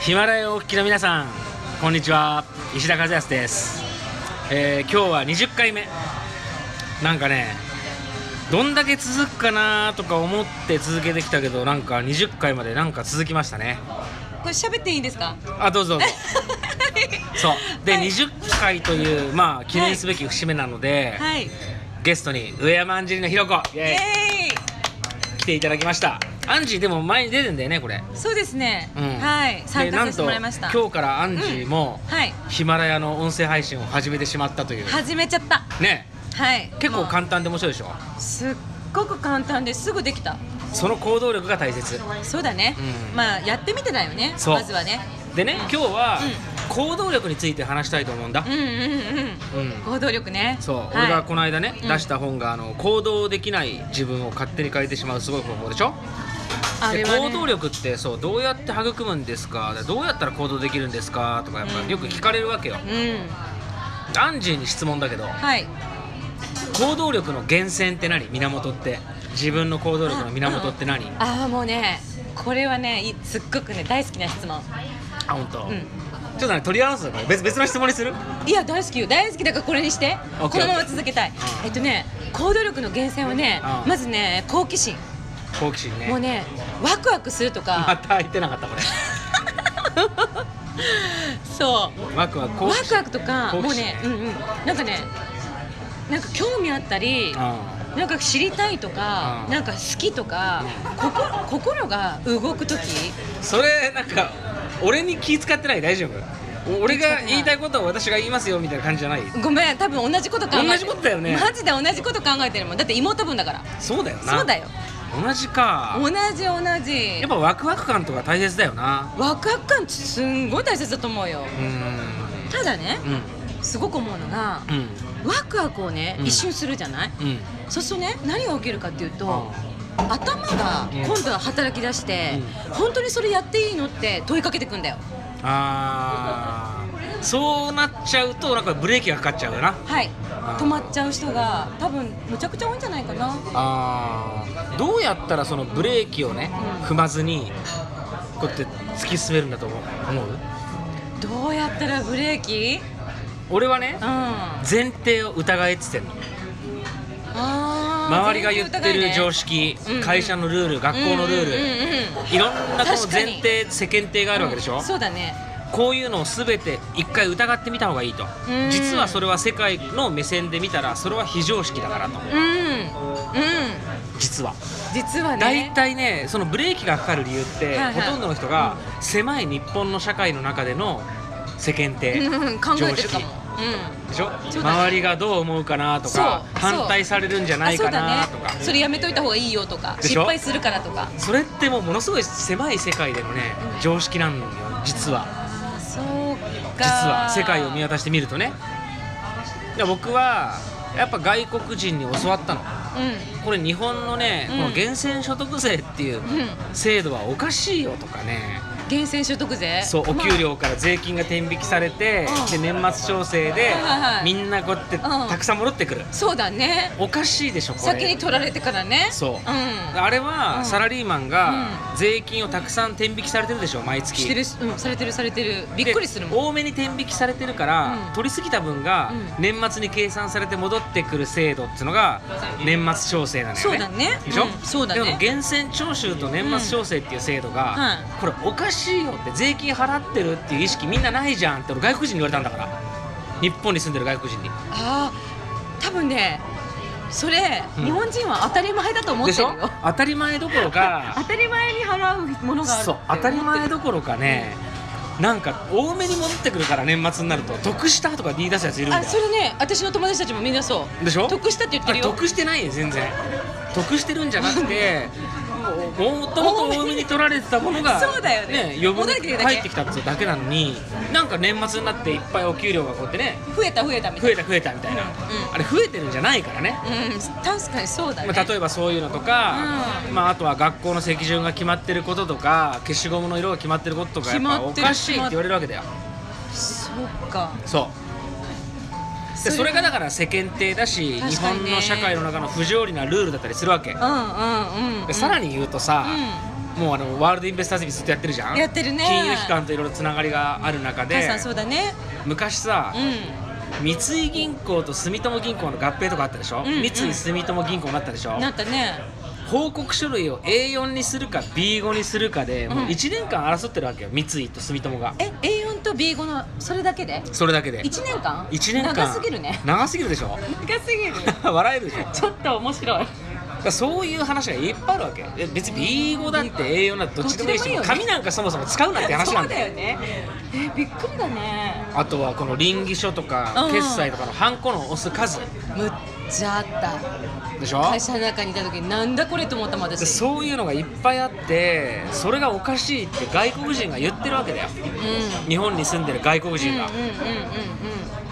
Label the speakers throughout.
Speaker 1: ヒマラヤをお聞きの皆さんこんにちは石田和康です、えー今日は20回目なんかねどんだけ続くかなとか思って続けてきたけどなんか20回までなんか続きましたね
Speaker 2: これ喋っていいんで すか。
Speaker 1: あどうぞどうぞそうで、
Speaker 2: はい
Speaker 1: 20回というまあ記念すべき節目なので、
Speaker 2: はい。イ
Speaker 1: ゲストに上山アンジェリーナひろ子イエーイ
Speaker 2: エ
Speaker 1: 来ていただきましたアンジーでも前に出てんだよねこれ、
Speaker 2: ーイ。そうですね。
Speaker 1: うん
Speaker 2: はい。参
Speaker 1: で
Speaker 2: 加させてもらいました。
Speaker 1: なんと今日からアンジーも、
Speaker 2: はい。
Speaker 1: ヒマラヤの音声配信を始めてしまったという
Speaker 2: 始めちゃった。
Speaker 1: ね
Speaker 2: はい。
Speaker 1: 結構
Speaker 2: もう
Speaker 1: 簡単で面白いでしょ
Speaker 2: すっごく簡単ですぐできた。
Speaker 1: その行動力が大切
Speaker 2: そうだね。
Speaker 1: うん
Speaker 2: まあやってみてだよね。
Speaker 1: そう
Speaker 2: まずはね。
Speaker 1: でね今日は
Speaker 2: う
Speaker 1: 行動力について話したいと思うんだ
Speaker 2: うんうんうん。
Speaker 1: うん
Speaker 2: 行動力ね。
Speaker 1: そう、
Speaker 2: はい
Speaker 1: 俺がこの間ね、
Speaker 2: うん
Speaker 1: 出した本があの行動できない自分を勝手に変えてしまうすごい方法でしょ
Speaker 2: あ
Speaker 1: で
Speaker 2: れはね
Speaker 1: 行動力ってそうどうやって育むんですかどうやったら行動できるんですかとかやっぱ
Speaker 2: うん
Speaker 1: よく聞かれるわけよ、
Speaker 2: うん。
Speaker 1: アンジーに質問だけど
Speaker 2: はい。
Speaker 1: 行動力の源泉って何源って自分の行動力の源って何あ
Speaker 2: ああもうね。これはね、いすっごくね大好きな質問。
Speaker 1: 本当、
Speaker 2: う
Speaker 1: ちょ
Speaker 2: ん。
Speaker 1: っとね取り合わせだから別別の質問にする
Speaker 2: いや大好きよ大好きだからこれにして
Speaker 1: オッケ
Speaker 2: こ
Speaker 1: ー
Speaker 2: のまま続けたい
Speaker 1: うん
Speaker 2: えっとね行動力の源泉はね
Speaker 1: うん
Speaker 2: まずね好奇心
Speaker 1: 好奇心ね
Speaker 2: もうねワクワクすると
Speaker 1: ま
Speaker 2: か
Speaker 1: た言ってなかったこれ
Speaker 2: そう
Speaker 1: ワクワク好
Speaker 2: ワ
Speaker 1: 奇
Speaker 2: ク
Speaker 1: 心
Speaker 2: ワクとか
Speaker 1: 好
Speaker 2: もう
Speaker 1: 奇心
Speaker 2: ねうんうんなんかねなんか興味あったり
Speaker 1: う
Speaker 2: なんか知りたいとか
Speaker 1: うん
Speaker 2: なんか好きとか心心が動く時
Speaker 1: んそれなんか俺に気使ってない大丈夫お俺が言いたいことを私が言いますよみたいな感じじゃない
Speaker 2: ごめん多分同じこと考えてる
Speaker 1: 同じことだよね
Speaker 2: マジで同じこと考えてるもんだって妹分だから
Speaker 1: そうだよな
Speaker 2: そうだよ
Speaker 1: 同じか
Speaker 2: 同じ同じ
Speaker 1: やっぱワクワク感とか大切だよな
Speaker 2: ワクワク感すんごい大切だと思うよ
Speaker 1: うーん
Speaker 2: ただね
Speaker 1: うん
Speaker 2: すごく思うのが
Speaker 1: うん
Speaker 2: ワクワクをね、
Speaker 1: うん
Speaker 2: 一瞬するじゃない
Speaker 1: うん
Speaker 2: そうするとね何が起きるかっていうと、
Speaker 1: う
Speaker 2: 頭が
Speaker 1: うん
Speaker 2: 今度は働き出して、
Speaker 1: う
Speaker 2: 本当にそれやっていいのって問いかけてくんだよ
Speaker 1: あーそうなっちゃうとなんかブレーキがかかっちゃうよな
Speaker 2: はい
Speaker 1: あー
Speaker 2: 止まっちゃう人が多分むちゃくちゃ多いんじゃないかな
Speaker 1: あーどうやったらそのブレーキをね
Speaker 2: うん
Speaker 1: 踏まずにこうやって突き進めるんだと思う思う
Speaker 2: どうやったらブレーキ
Speaker 1: 俺はね
Speaker 2: うんあ
Speaker 1: 前提を疑えっつってんの
Speaker 2: あー
Speaker 1: 周りが言ってる常
Speaker 2: 全
Speaker 1: 識、
Speaker 2: うんうん
Speaker 1: 会社のルール学校のルール、
Speaker 2: うんうんうん
Speaker 1: いろんなこの
Speaker 2: 確かに
Speaker 1: 前提世間体があるわけでしょ、
Speaker 2: うんそうだね
Speaker 1: こういうのを全て一回疑ってみた方がいいと
Speaker 2: うん
Speaker 1: 実はそれは世界の目線で見たらそれは非常識だからと
Speaker 2: うんうん
Speaker 1: 実は
Speaker 2: 実はね
Speaker 1: 大体ねそのブレーキがかかる理由って、
Speaker 2: はいはい
Speaker 1: ほとんどの人が狭い日本の社会の中での世間体、
Speaker 2: うん考えてるかも
Speaker 1: 常
Speaker 2: うん
Speaker 1: でしょ、
Speaker 2: そうだね
Speaker 1: 周りがどう思うかなとか
Speaker 2: そう
Speaker 1: 反対されるんじゃないかな
Speaker 2: あ
Speaker 1: と
Speaker 2: そう
Speaker 1: か
Speaker 2: だねそれやめといた方がいいよとか
Speaker 1: でし
Speaker 2: 失
Speaker 1: ょ
Speaker 2: 敗するからとか
Speaker 1: それってもうものすごい狭い世界でのね常識なんよ実は
Speaker 2: あそう
Speaker 1: 実
Speaker 2: か
Speaker 1: は世界を見渡してみるとねだから僕はやっぱ外国人に教わったの
Speaker 2: う
Speaker 1: これ日本のね、
Speaker 2: うん
Speaker 1: この源泉所得税っていうん
Speaker 2: うん
Speaker 1: 制度はおかしいよとかね
Speaker 2: 源泉所得税
Speaker 1: そうお給料から税金が転引きされて
Speaker 2: う
Speaker 1: で年末調整で
Speaker 2: はいはいはい
Speaker 1: みんなこうやって
Speaker 2: うん
Speaker 1: たくさん戻ってくる
Speaker 2: まあそうだね
Speaker 1: おかしいでしょこ
Speaker 2: 先
Speaker 1: れ
Speaker 2: に取られてからね
Speaker 1: そうんあれは
Speaker 2: うん
Speaker 1: サラリーマンが税金をたくさん転引きされてるでしょ毎月
Speaker 2: してるしうんされてるされてるびっくりする
Speaker 1: で
Speaker 2: もん
Speaker 1: 多めに転引きされてるから、
Speaker 2: うん
Speaker 1: 取り過ぎた分が
Speaker 2: う
Speaker 1: 年末に計算されて戻ってくる制度っていうのが年末調整なのよね
Speaker 2: そうだね
Speaker 1: でしょ、
Speaker 2: うんそうだね
Speaker 1: でも源泉徴収と年末調整っていう制度
Speaker 2: うんは
Speaker 1: が、これおかしいよって税金払ってるっていう意識みんなないじゃんって俺外国人に言われたんだから日本に住んでる外国人に
Speaker 2: あー多分ねそれ
Speaker 1: うん
Speaker 2: 日本人は当たり前だと思っ
Speaker 1: で
Speaker 2: て
Speaker 1: し
Speaker 2: る
Speaker 1: ょ
Speaker 2: よ
Speaker 1: 当たり前どころ か
Speaker 2: 当たり前に払うものがある
Speaker 1: そう当たり前どころかねなんか多めに戻ってくるから年末になると得したとか言い出すやついるんだ
Speaker 2: あ
Speaker 1: よ
Speaker 2: それね私の友達たちもみんなそ
Speaker 1: でしょ
Speaker 2: う得したって言ってる
Speaker 1: あ
Speaker 2: よ
Speaker 1: 得してないよ全然得してるんじゃなく てもともと多めに取られてたものが
Speaker 2: そうだよね
Speaker 1: 余分
Speaker 2: 戻ってき
Speaker 1: に
Speaker 2: ただけ
Speaker 1: 入ってきたってだけなのになんか年末になっていっぱいお給料がこうやってね
Speaker 2: 増えた増えたみた
Speaker 1: 増
Speaker 2: い
Speaker 1: えた増えたみたいな、
Speaker 2: うんうん
Speaker 1: あれ増えてるんじゃないからね、
Speaker 2: なうん確かにそうだね
Speaker 1: まあ、例えばそういうのとか、
Speaker 2: う
Speaker 1: まあ、あとは学校の席順が決まってることとか消しゴムの色が決まってることとかやっぱおかしいって言われるわけだよ
Speaker 2: そっか
Speaker 1: そうでそれがだから世間体だし、日
Speaker 2: 確か
Speaker 1: 本
Speaker 2: にね
Speaker 1: の社会の中の不条理なルールだったりするわけ、
Speaker 2: うんうんうん、うん、
Speaker 1: でさらに言うとさ、
Speaker 2: う
Speaker 1: もうあのワールドインベスターズずっとやってるじゃん
Speaker 2: やってるね
Speaker 1: 金融機関といろいろつながりがある中
Speaker 2: 母
Speaker 1: で
Speaker 2: さんそうだね
Speaker 1: 昔さ、
Speaker 2: う
Speaker 1: 三井銀行と住友銀行の合併とかあったでしょ、
Speaker 2: うんうん
Speaker 1: 三井住友銀行になったでしょ
Speaker 2: んなったね
Speaker 1: 報告書類を A4 にするか B5 にするかで、もう
Speaker 2: うん
Speaker 1: 1年間争ってるわけよ三井と住友が
Speaker 2: え A4 と B5 のそれだけで
Speaker 1: それだけで
Speaker 2: 1年間
Speaker 1: 1年間
Speaker 2: 長すぎるね
Speaker 1: 長すぎるでしょ
Speaker 2: 長すぎる
Speaker 1: 笑えるでしょだか
Speaker 2: ちょっと面白い
Speaker 1: らそういう話がいっぱいあるわけえ別に B5 だって A4 だってどっちでもいいし
Speaker 2: どっちでもいいよね
Speaker 1: 紙なんかそもそも使うなって話
Speaker 2: そ
Speaker 1: な
Speaker 2: うん
Speaker 1: だよ
Speaker 2: だよねえびっくりだね
Speaker 1: あとはこの臨議書と
Speaker 2: う
Speaker 1: か
Speaker 2: ん
Speaker 1: 決済とかのハンコの押す数
Speaker 2: むっちゃあった
Speaker 1: でしょ
Speaker 2: 会社の中にいた時になんだこれと思ったもん
Speaker 1: で
Speaker 2: 私
Speaker 1: そういうのがいっぱいあってそれがおかしいって外国人が言ってるわけだよ
Speaker 2: うん
Speaker 1: 日本に住んでる外国
Speaker 2: うんうん
Speaker 1: 人が、
Speaker 2: うん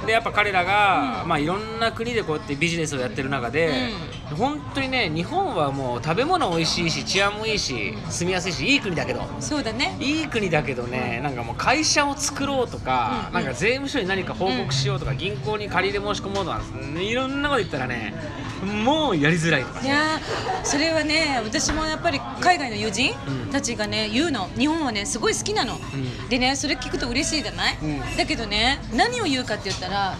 Speaker 1: でやっぱ彼らが、まあ、いろんな国でこうやってビジネスをやってる中で、本当にね日本はもう食べ物美味しいし治安もいいし住みやすいしいい国だけど
Speaker 2: うんそうだね
Speaker 1: いい国だけどねなんかもう会社を作ろうとか、
Speaker 2: うん
Speaker 1: なんか税務署に何か報告しようとか、銀行に借り入れ申し込もうとか、ねいろんなこと言ったらねもうやりづらいとか
Speaker 2: いやーそれはね私もやっぱり海外の友人
Speaker 1: うん
Speaker 2: たちがね言うの日本はねすごい好きなの、
Speaker 1: ん
Speaker 2: でねそれ聞くと嬉しいじゃない、
Speaker 1: うん
Speaker 2: だけどね何を言うかって言ったらか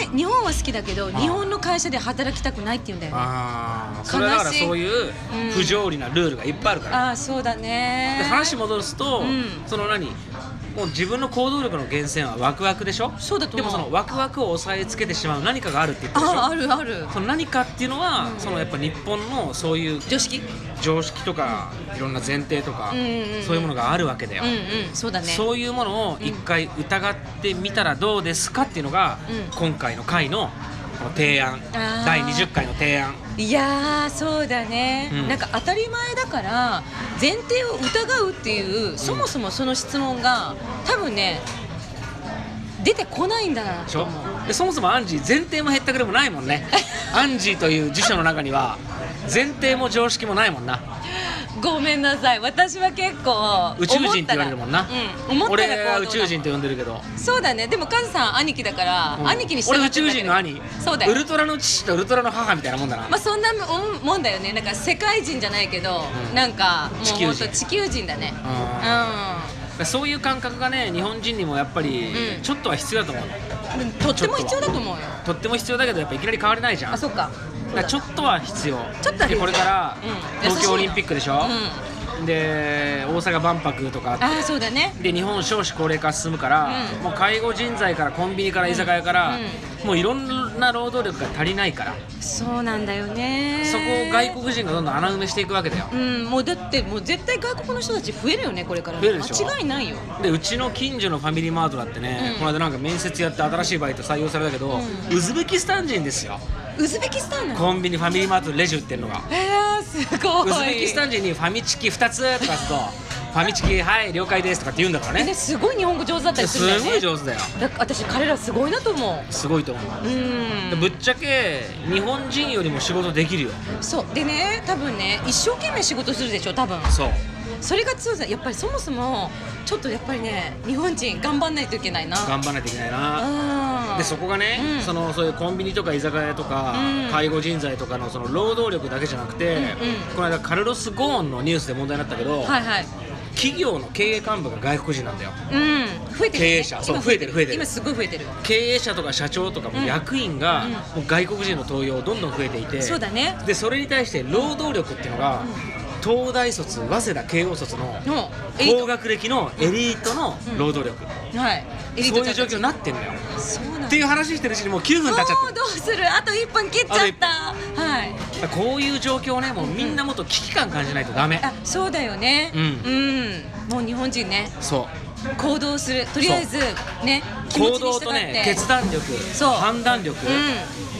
Speaker 2: え日本は好きだけど日本の会社で働きたくないって言うんだよね
Speaker 1: ああそれはだから
Speaker 2: 悲しい
Speaker 1: そういう不条理なルールがいっぱいあるから、
Speaker 2: ああそうだね
Speaker 1: で話戻すと、
Speaker 2: うん
Speaker 1: その何もう自分の行動力の源泉はワクワクでしょ
Speaker 2: そうだと思う
Speaker 1: でもそのワクワクを抑えつけてしまう何かがあるって言ってるでし
Speaker 2: あ
Speaker 1: ょ
Speaker 2: ああるある
Speaker 1: その何かっていうのは、そのやっぱ日本のそういう
Speaker 2: 常識
Speaker 1: 常識とか、いろんな前提とか、
Speaker 2: うんうんうん
Speaker 1: そういうものがあるわけだよ、
Speaker 2: うんうんそうだね
Speaker 1: そういうものを一回疑ってみたらどうですかっていうのが、
Speaker 2: うん
Speaker 1: 今回の回のこの提案
Speaker 2: あー
Speaker 1: 第20回の提案
Speaker 2: いやーそうだね、
Speaker 1: うん
Speaker 2: なんか当たり前だから前提を疑うっていうそもそもその質問が多分ね出てこないんだな
Speaker 1: でし
Speaker 2: と
Speaker 1: ょ
Speaker 2: 思う
Speaker 1: でそもそもアンジー前提もへったくれもないもん ねアンジーという辞書の中には前提も常識もないもんな
Speaker 2: ごめんなさい私は結構
Speaker 1: 宇宙人って言われるもんな
Speaker 2: 思ったらうん、思った
Speaker 1: 俺
Speaker 2: ら行動だ
Speaker 1: は宇宙人って呼んでるけど、
Speaker 2: そうだねでもカズさん兄貴だから、
Speaker 1: うん
Speaker 2: 兄貴に従
Speaker 1: 俺
Speaker 2: っ
Speaker 1: 宇
Speaker 2: て
Speaker 1: 宙
Speaker 2: るだけ
Speaker 1: 人の兄
Speaker 2: そうだよ
Speaker 1: ウルトラの父とウルトラの母みたいなもんだな、
Speaker 2: まあそんなもんもんだよねなんか世界人じゃないけど、
Speaker 1: うん
Speaker 2: なんかもう
Speaker 1: 地球人
Speaker 2: ほんと地球人だねうん
Speaker 1: うんそういう感覚がね日本人にもやっぱり
Speaker 2: うん
Speaker 1: ちょっとは必要だと思うの、
Speaker 2: でもとっても必要だと思うよ
Speaker 1: とっても必要だけどやっぱいきなり変われないじゃん
Speaker 2: あそっか
Speaker 1: だからちょっとは必要
Speaker 2: ちょっとは必要
Speaker 1: でこれから
Speaker 2: うん
Speaker 1: 東京オリンピックでしょ、
Speaker 2: う
Speaker 1: で大阪万博とかあって
Speaker 2: ん、ああそうだね
Speaker 1: で日本少子高齢化進むから、
Speaker 2: うん
Speaker 1: もう介護人材からコンビニから居酒屋から、もういろんな労働力が足りないから、
Speaker 2: そうなんだよね
Speaker 1: そこを外国人がどんどん穴埋めしていくわけだよ
Speaker 2: うんもうだってもう絶対外国の人たち増えるよねこれから
Speaker 1: 増えるでしょ
Speaker 2: 間違いないよ
Speaker 1: でうちの近所のファミリーマートだってね、
Speaker 2: うん
Speaker 1: この間なんか面接やって新しいバイト採用されたけど、ウズベキスタン人ですよ
Speaker 2: ウズベキスタンなの
Speaker 1: コンビニファミリーマートレジ売ってるのが
Speaker 2: えー、すごい
Speaker 1: ウズベキスタン人にファミチキ2つとかするとファミチキはい了解ですとかって言うんだから
Speaker 2: え
Speaker 1: ね
Speaker 2: ねすごい日本語上手だったりす
Speaker 1: す
Speaker 2: るんだよね
Speaker 1: ごい上手だよ
Speaker 2: だ私彼らすごいなと思う
Speaker 1: すごいと思
Speaker 2: う
Speaker 1: うで
Speaker 2: ん
Speaker 1: ぶっちゃけ日本人よりも仕事できるよ
Speaker 2: そうでね多分ね一生懸命仕事するでしょ多分
Speaker 1: そう
Speaker 2: それが強さやっぱりそもそもちょっとやっぱりね日本人頑張んないといけないな
Speaker 1: 頑張らないといけないな
Speaker 2: うん
Speaker 1: でそこがね、
Speaker 2: うん
Speaker 1: そのそういうコンビニとか居酒屋とか、
Speaker 2: うん
Speaker 1: 介護人材とかのその労働力だけじゃなくて、この間カルロス・ゴーンのニュースで問題になったけど、
Speaker 2: はいはい
Speaker 1: 企業の経営幹部が外国人なんだよ
Speaker 2: うん増えてる、ね、
Speaker 1: 経営者そう
Speaker 2: 今
Speaker 1: 増えてる増えてる
Speaker 2: 今すごい増えてる
Speaker 1: 経営者とか社長とかも
Speaker 2: うん
Speaker 1: 役員が、
Speaker 2: うん
Speaker 1: もう外国人の登用どんどん増えていて
Speaker 2: そうだね
Speaker 1: でそれに対して労働力っていうのが、東大卒早稲田慶応卒の
Speaker 2: のエリー
Speaker 1: 高学歴のエリートの労働力、
Speaker 2: トはいエリー
Speaker 1: そ
Speaker 2: ト
Speaker 1: ういう
Speaker 2: たち
Speaker 1: 状況になってんだよ
Speaker 2: そうなんだ
Speaker 1: っていう話してるうちにもう9
Speaker 2: お
Speaker 1: 分経っちゃって
Speaker 2: ー
Speaker 1: る
Speaker 2: どうするあと1分切っちゃったはい
Speaker 1: こういう状況をねもうみんなもっと危機感感じないとダメ、
Speaker 2: あそうだよね
Speaker 1: うん
Speaker 2: うんもう日本人ね
Speaker 1: そう
Speaker 2: 行動するとりあえずね気持
Speaker 1: 行
Speaker 2: ちに
Speaker 1: 動
Speaker 2: 従
Speaker 1: と
Speaker 2: っ
Speaker 1: ね
Speaker 2: て
Speaker 1: 決断力
Speaker 2: そう
Speaker 1: 判断力、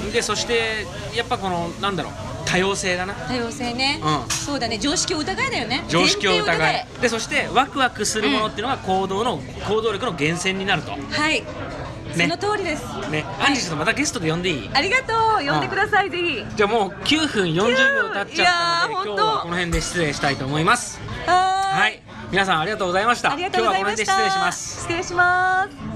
Speaker 2: う
Speaker 1: でそしてやっぱこのなんだろう多様性だな
Speaker 2: 多様性ね
Speaker 1: うん
Speaker 2: そうだね常識を疑えだよね
Speaker 1: 常識を
Speaker 2: 前提
Speaker 1: 疑えでそしてワクワクするものっていうのが行動の、行動力の源泉になると
Speaker 2: はいその通りです
Speaker 1: ねアンジーちょっとまたゲストで呼んでいい
Speaker 2: ありがとう呼んでくださいぜひ
Speaker 1: じゃあもう9分40秒経っちゃったので
Speaker 2: いやー
Speaker 1: 今
Speaker 2: 本
Speaker 1: 日
Speaker 2: 当
Speaker 1: はこの辺で失礼したいと思います
Speaker 2: はー
Speaker 1: はい皆さんありがとうございました
Speaker 2: ありがとうございました
Speaker 1: 今日はこの辺で失礼します
Speaker 2: 失礼します